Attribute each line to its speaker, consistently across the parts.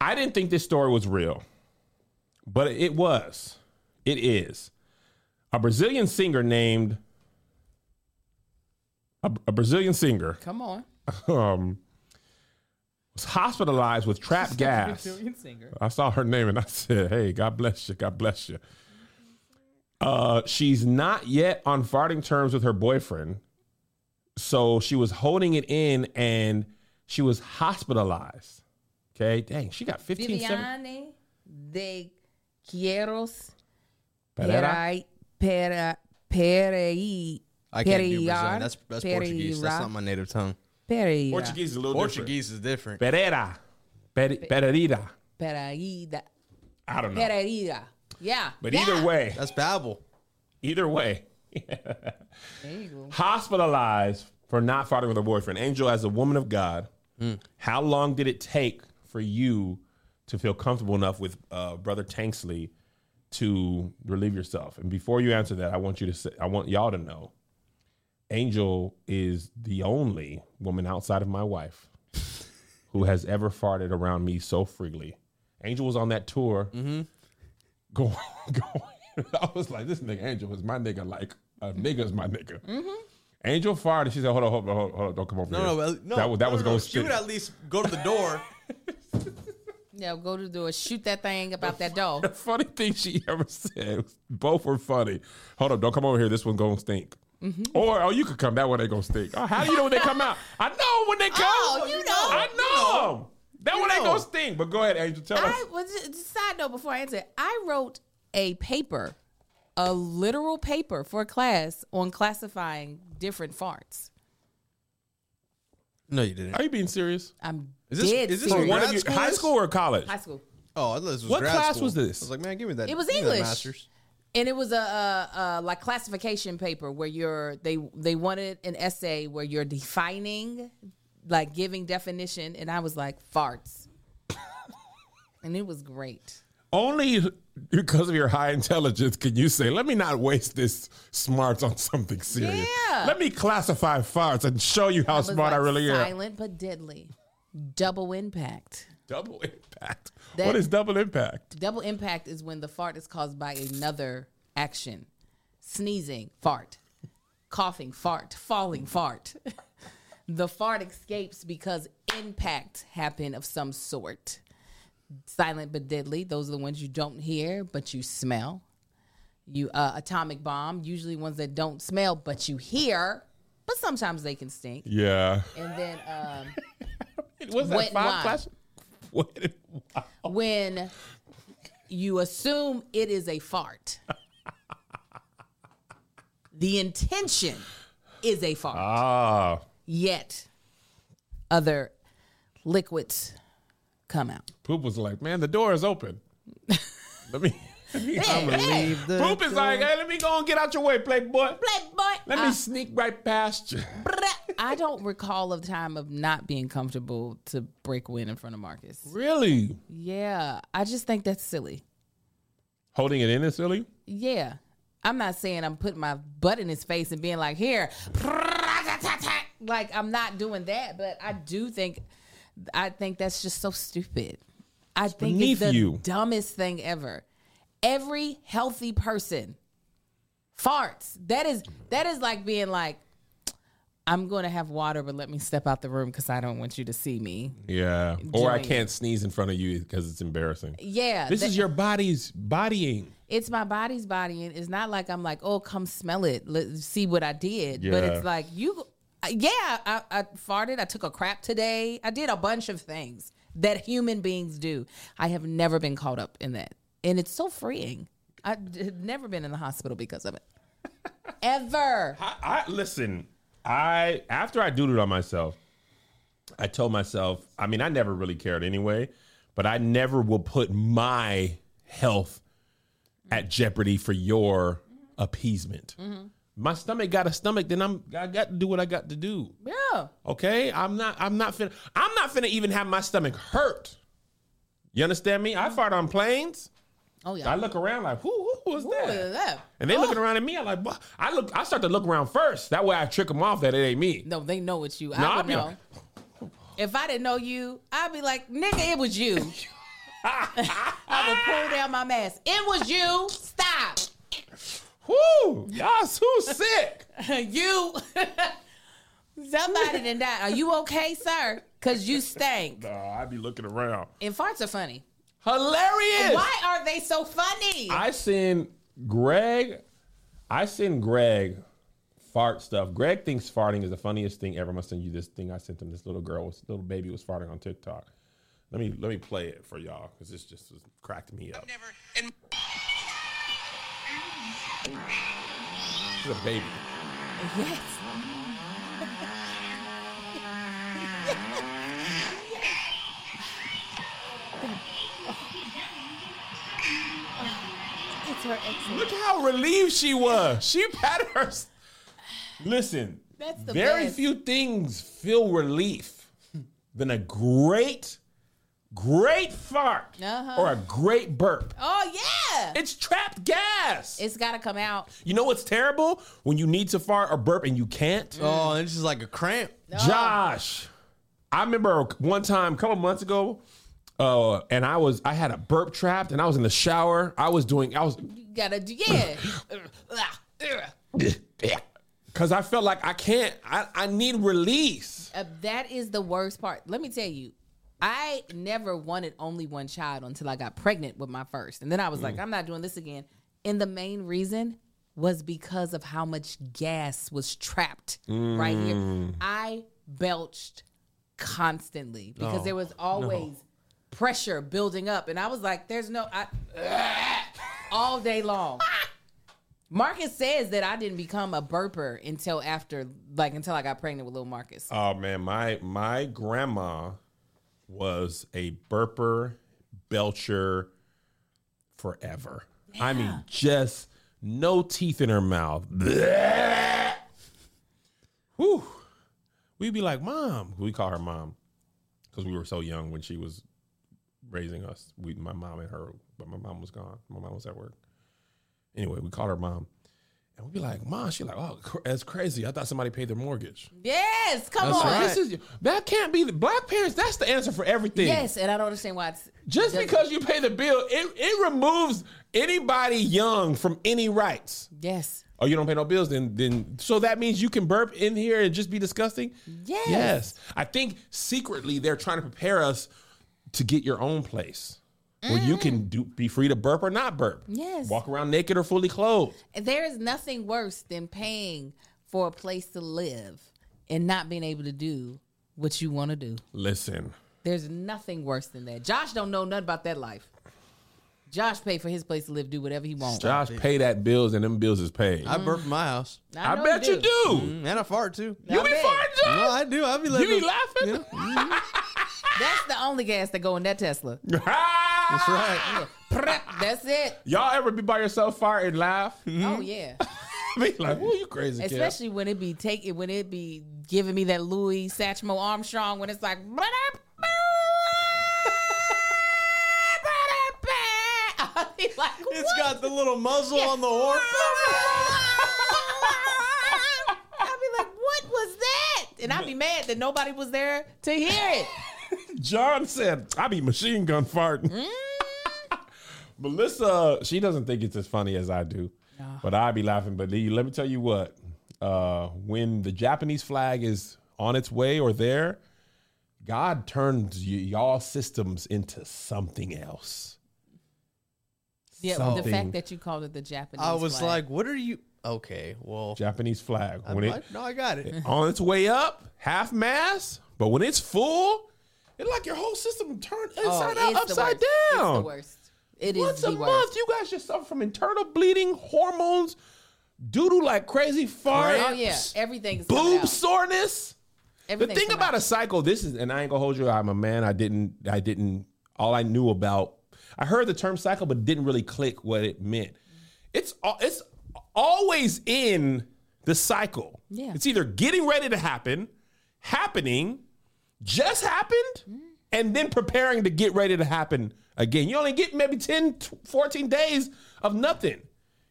Speaker 1: I didn't think this story was real, but it was. It is. A Brazilian singer named a, a Brazilian singer
Speaker 2: Come on.
Speaker 1: um, was hospitalized with trapped gas.
Speaker 2: Brazilian singer.
Speaker 1: I saw her name and I said, "Hey, God bless you. God bless you." Uh, she's not yet on farting terms with her boyfriend, so she was holding it in, and she was hospitalized. Okay, dang, she got fifteen. seven-
Speaker 2: Viviane de Quieros
Speaker 1: Pereira?
Speaker 2: Perai- Pera- Perei.
Speaker 3: I can't
Speaker 2: Pereira.
Speaker 3: do Brazilian. That's that's Portuguese. That's
Speaker 2: Pereira.
Speaker 3: not my native tongue.
Speaker 2: Pereira.
Speaker 1: Portuguese is a little different.
Speaker 3: Portuguese is different.
Speaker 1: Pereira, Per- Pereira.
Speaker 2: Pereira.
Speaker 1: I don't know,
Speaker 2: Pereira. Yeah.
Speaker 1: but
Speaker 2: yeah.
Speaker 1: either way,
Speaker 3: That's Babel.
Speaker 1: either way,
Speaker 2: There you go.
Speaker 1: hospitalized for not farting with her boyfriend. Angel, as a woman of God, how long did it take for you to feel comfortable enough with uh, Brother Tanksley to relieve yourself? And before you answer that, I want you to say, I want y'all to know, Angel is the only woman outside of my wife who has ever farted around me so freely. Angel was on that tour.
Speaker 3: Mm-hmm.
Speaker 1: Going, going. I was like, this nigga Angel is my nigga. Like, a nigga's my nigga. Angel farted. She said, hold on, hold on, hold on, hold on don't come over
Speaker 3: Mm-hmm. No,
Speaker 1: here.
Speaker 3: no, well, no.
Speaker 1: That was, that
Speaker 3: no,
Speaker 1: was
Speaker 3: no,
Speaker 1: going
Speaker 3: no.
Speaker 1: to
Speaker 3: She would at least go to the door.
Speaker 2: Yeah, go to the door. Shoot that thing about that door.
Speaker 1: The funny thing she ever said, both were funny. Hold up, don't come over here. This one's gonna stink.
Speaker 2: Mm-hmm.
Speaker 1: Or oh, you could come. That one ain't gonna stink. Oh, how do you know when they come out? I know when they come.
Speaker 2: Oh, you know.
Speaker 1: I know. That one ain't
Speaker 3: know.
Speaker 1: gonna stink. But go ahead, Angel. Tell us.
Speaker 2: I was just- just side note before I answer. I wrote a paper, a literal paper for a class on classifying different farts.
Speaker 3: No, you didn't.
Speaker 1: Are you being serious?
Speaker 2: I'm
Speaker 3: Is this-
Speaker 2: dead
Speaker 3: is this
Speaker 1: For
Speaker 2: serious.
Speaker 1: one of
Speaker 3: grad
Speaker 1: your
Speaker 3: school
Speaker 1: high
Speaker 3: is?
Speaker 1: school or college?
Speaker 2: high school,
Speaker 3: Oh, I thought this was
Speaker 1: What
Speaker 3: grad
Speaker 1: class
Speaker 3: school.
Speaker 1: was this?
Speaker 3: I was like, man, give me that.
Speaker 2: It was
Speaker 3: give me that
Speaker 2: English.
Speaker 3: Masters.
Speaker 2: and it was a, a, a like classification paper where you're they they wanted an essay where you're defining, like giving definition, and I was like farts, and it was great.
Speaker 1: Only because of your high intelligence can you say, let me not waste this smarts on something serious.
Speaker 2: Yeah.
Speaker 1: Let me classify farts and show you how
Speaker 2: was
Speaker 1: smart I
Speaker 2: like
Speaker 1: really am.
Speaker 2: Silent but deadly, double impact.
Speaker 1: Double impact.
Speaker 2: That-
Speaker 1: what is double impact?
Speaker 2: Double impact is when the fart is caused by another action. Sneezing, fart. Coughing, fart. Falling, fart. the fart escapes because impact happened of some sort. Silent but deadly. Those are the ones you don't hear but you smell. You uh, atomic bomb. Usually ones that don't smell but you hear, but sometimes they can stink.
Speaker 1: Yeah.
Speaker 2: And then um,
Speaker 1: Was
Speaker 2: Wet wine.
Speaker 1: Wet wine.
Speaker 2: when you assume it is a fart. the intention is a fart,
Speaker 1: Ah,
Speaker 2: yet other liquids come out.
Speaker 1: poop was like, man, the door is open. let me. Let me
Speaker 2: Hey, hey,
Speaker 3: Leave the
Speaker 1: poop is like, hey, let me go and get out your way, playboy.
Speaker 2: Playboy.
Speaker 1: Let
Speaker 2: I-
Speaker 1: me sneak right past you.
Speaker 2: Ah. I don't recall a time of not being comfortable to break wind in front of Marcus.
Speaker 1: Really?
Speaker 2: Yeah, I just think that's silly.
Speaker 1: Holding it in is silly.
Speaker 2: Yeah. I'm not saying I'm putting my butt in his face and being like, here. Like I'm not doing that, but I do think I think that's just so stupid. I think
Speaker 1: beneath
Speaker 2: it's the
Speaker 1: you.
Speaker 2: dumbest thing ever. Every healthy person farts. That is that is like being like, I'm gonna have water, but let me step out the room because I don't want you to see me.
Speaker 1: Yeah. Or I
Speaker 2: Giant.
Speaker 1: can't sneeze in front of you because it's embarrassing.
Speaker 2: Yeah.
Speaker 1: This
Speaker 2: that-
Speaker 1: is your body's bodying.
Speaker 2: it's my body's body and it's not like i'm like oh come smell it let's see what i did but
Speaker 1: Yeah.
Speaker 2: it's like you I- yeah I, I farted i took a crap today i did a bunch of things that human beings do i have never been caught up in that and it's so freeing i've never been in the hospital because of it ever
Speaker 1: I, I listen. I after I doodled on myself, I told myself. I mean, I never really cared anyway, but I never will put my health at jeopardy for your appeasement. My stomach got a stomach, then I'm I got to do what I got to do.
Speaker 2: Yeah.
Speaker 1: Okay, I'm not. I'm not finna. I'm not finna even have my stomach hurt. You understand me? I fart on planes.
Speaker 2: Oh yeah.
Speaker 1: I look around like, who, who was
Speaker 2: Ooh,
Speaker 1: that?
Speaker 2: look at that.
Speaker 1: And they looking around at me. I'm like, "What?" I look. I start to look around first. That way, I trick them off that it ain't me.
Speaker 2: No, they know it's you.
Speaker 1: No,
Speaker 2: I
Speaker 1: I'll
Speaker 2: would
Speaker 1: be
Speaker 2: know.
Speaker 1: like-
Speaker 2: If I didn't know you, I'd be like, nigga, it was you. I would pull down my mask. It was you. Stop.
Speaker 1: Whoo! Y'all so sick.
Speaker 2: you. Somebody done died. Are you okay, sir? Cause you stank.
Speaker 1: Nah, Oh, I be looking around.
Speaker 2: And farts are funny.
Speaker 1: Hilarious.
Speaker 2: Why are they so funny?
Speaker 1: I seen Greg. I seen Greg fart stuff. Greg thinks farting is the funniest thing ever. I'm gonna send you this thing I sent him. This little girl, was, little baby, was farting on TikTok. Let me let me play it for y'all because this just was- cracked me up.
Speaker 4: Never in
Speaker 1: She's a baby.
Speaker 2: yes.
Speaker 5: It's her exit.
Speaker 1: Look how relieved she was. She patted her. Listen,
Speaker 2: That's the
Speaker 1: very
Speaker 2: best.
Speaker 1: few things feel relief than a great, great fart
Speaker 2: Uh-huh.
Speaker 1: or a great burp.
Speaker 2: Oh yeah.
Speaker 1: It's trapped gas.
Speaker 2: it's gotta come out.
Speaker 1: You know what's terrible? When you need to fart or burp and you can't.
Speaker 3: Oh, it's just like a cramp.
Speaker 1: Josh, I remember one time a couple months ago, uh, and I was I had a burp trapped and I was in the shower. I was doing I was
Speaker 2: You gotta do yeah.
Speaker 1: because I felt like I can't. I, I need release.
Speaker 2: Uh, that is the worst part. Let me tell you, I never wanted only one child until I got pregnant with my first. And then I was like, I'm not doing this again. And the main reason was because of how much gas was trapped right here. I belched constantly because there was always pressure building up. And I was like, there's no, I, all day long. Marcus says that I didn't become a burper until after, like, until I got pregnant with little Marcus.
Speaker 1: Oh man, my my grandma was a burper, belcher, forever. I mean, just no teeth in her mouth. Whew. We'd be like, Mom. We call her Mom because we were so young when she was raising us. We, my mom and her, but my mom was gone. My mom was at work. Anyway, we called her Mom. And we'd be like, Mom. She's like, Oh, cr- that's crazy. I thought somebody paid their mortgage.
Speaker 2: Yes, come
Speaker 3: That's
Speaker 2: on.
Speaker 3: right.
Speaker 1: This is that can't be the black parents. That's the answer for everything.
Speaker 2: Yes, and I don't understand why it's
Speaker 1: Just
Speaker 2: doesn't-
Speaker 1: because you pay the bill, it, it removes anybody young from any rights.
Speaker 2: Yes.
Speaker 1: Oh, you don't pay no bills, then then so that means you can burp in here and just be disgusting.
Speaker 2: Yes.
Speaker 1: I think secretly they're trying to prepare us to get your own place where you can do be free to burp or not burp.
Speaker 2: Mm. Yes.
Speaker 1: Walk around naked or fully clothed.
Speaker 2: There is nothing worse than paying for a place to live and not being able to do what you want to do.
Speaker 1: Listen.
Speaker 2: There's nothing worse than that. Josh don't know nothing about that life. Josh paid for his place to live, do whatever he wants.
Speaker 1: Josh pay that bills and them bills is paid.
Speaker 3: I burp in my house.
Speaker 1: I
Speaker 2: know Mm-hmm.
Speaker 1: bet you do.
Speaker 3: Mm, And I fart too.
Speaker 1: You be
Speaker 2: bet.
Speaker 1: farting, Josh.
Speaker 3: No, I do. I be like,
Speaker 1: You be laughing?
Speaker 2: That's the only gas that go in that Tesla.
Speaker 3: That's right.
Speaker 2: Prep, That's it.
Speaker 1: Y'all ever be by yourself, fart and laugh?
Speaker 2: Oh yeah.
Speaker 1: be like, "Whoa, you crazy kid."
Speaker 2: Especially when it be taking when it be giving me that Louis Satchmo Armstrong when it's like I'll be like
Speaker 3: It's
Speaker 2: what?
Speaker 3: got the little muzzle on the horn.
Speaker 2: I'll be like, what was that? And I'll be mad that nobody was there to hear it.
Speaker 1: John said, "I be machine gun farting." Melissa, she doesn't think it's as funny as I do, but I be laughing. But Lee, let me tell you what: uh, when the Japanese flag is on its way or there, God turns y- y'all systems into something else.
Speaker 2: Yeah, the
Speaker 1: Something.
Speaker 2: fact that you called it the Japanese.
Speaker 3: I was
Speaker 2: flag.
Speaker 3: like, what are you? Okay, well,
Speaker 1: Japanese flag
Speaker 3: I-
Speaker 1: when it
Speaker 3: I- no, I got it.
Speaker 1: on its way up, half mass, but when it's full, it's like your whole system turned
Speaker 2: Oh,
Speaker 1: inside out,
Speaker 2: it's the
Speaker 1: upside
Speaker 2: worst. It's the
Speaker 1: down.
Speaker 2: worst. It is
Speaker 1: Once
Speaker 2: the
Speaker 1: a
Speaker 2: worst.
Speaker 1: month, you guys just suffer from internal bleeding, hormones, doodle like crazy farts,
Speaker 2: Oh yeah, everything's coming
Speaker 1: boob
Speaker 2: out.
Speaker 1: soreness. The
Speaker 2: Everything's
Speaker 1: thing
Speaker 2: coming
Speaker 1: about
Speaker 2: out.
Speaker 1: a cycle, this is, and I ain't gonna hold you. I'm a man. I didn't. I didn't all I knew about. I heard the term cycle, but didn't really click what it meant. It's al- it's always in the cycle.
Speaker 2: Yeah.
Speaker 1: It's either getting ready to happen, happening, just happened,
Speaker 2: Mm.
Speaker 1: and then preparing to get ready to happen again. You only get maybe 10, t- 14 days of nothing.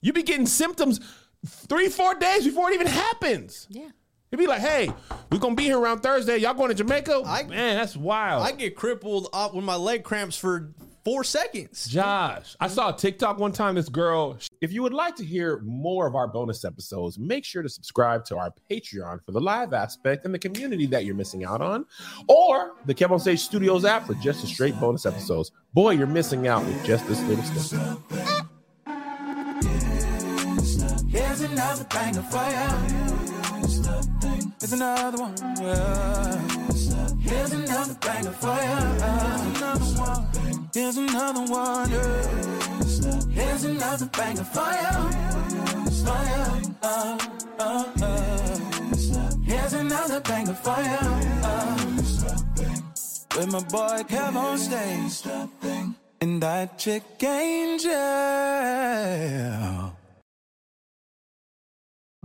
Speaker 1: You be getting symptoms three, four days before it even happens.
Speaker 2: Yeah.
Speaker 1: It'd be like, hey, we're gonna be here around Thursday. Y'all going to Jamaica?
Speaker 3: I-
Speaker 1: Man, that's wild.
Speaker 3: I get crippled up with my leg cramps for four seconds.
Speaker 1: Josh, I saw a TikTok one time. This girl, if you would like to hear more of our bonus episodes, make sure to subscribe to our Patreon for the live aspect and the community that you're missing out on, or the Kev on Stage Studios app for just the straight bonus episodes. Boy, you're missing out with just this little stuff.
Speaker 4: Here's another thing to fire. There's another one. Yeah. Here's another thing to fire. Here's another one. Yeah. Here's another thing to fire. Fire. Uh, uh, uh. Here's another thing to fire. Uh. With my boy Kev on stage. And that chick angel.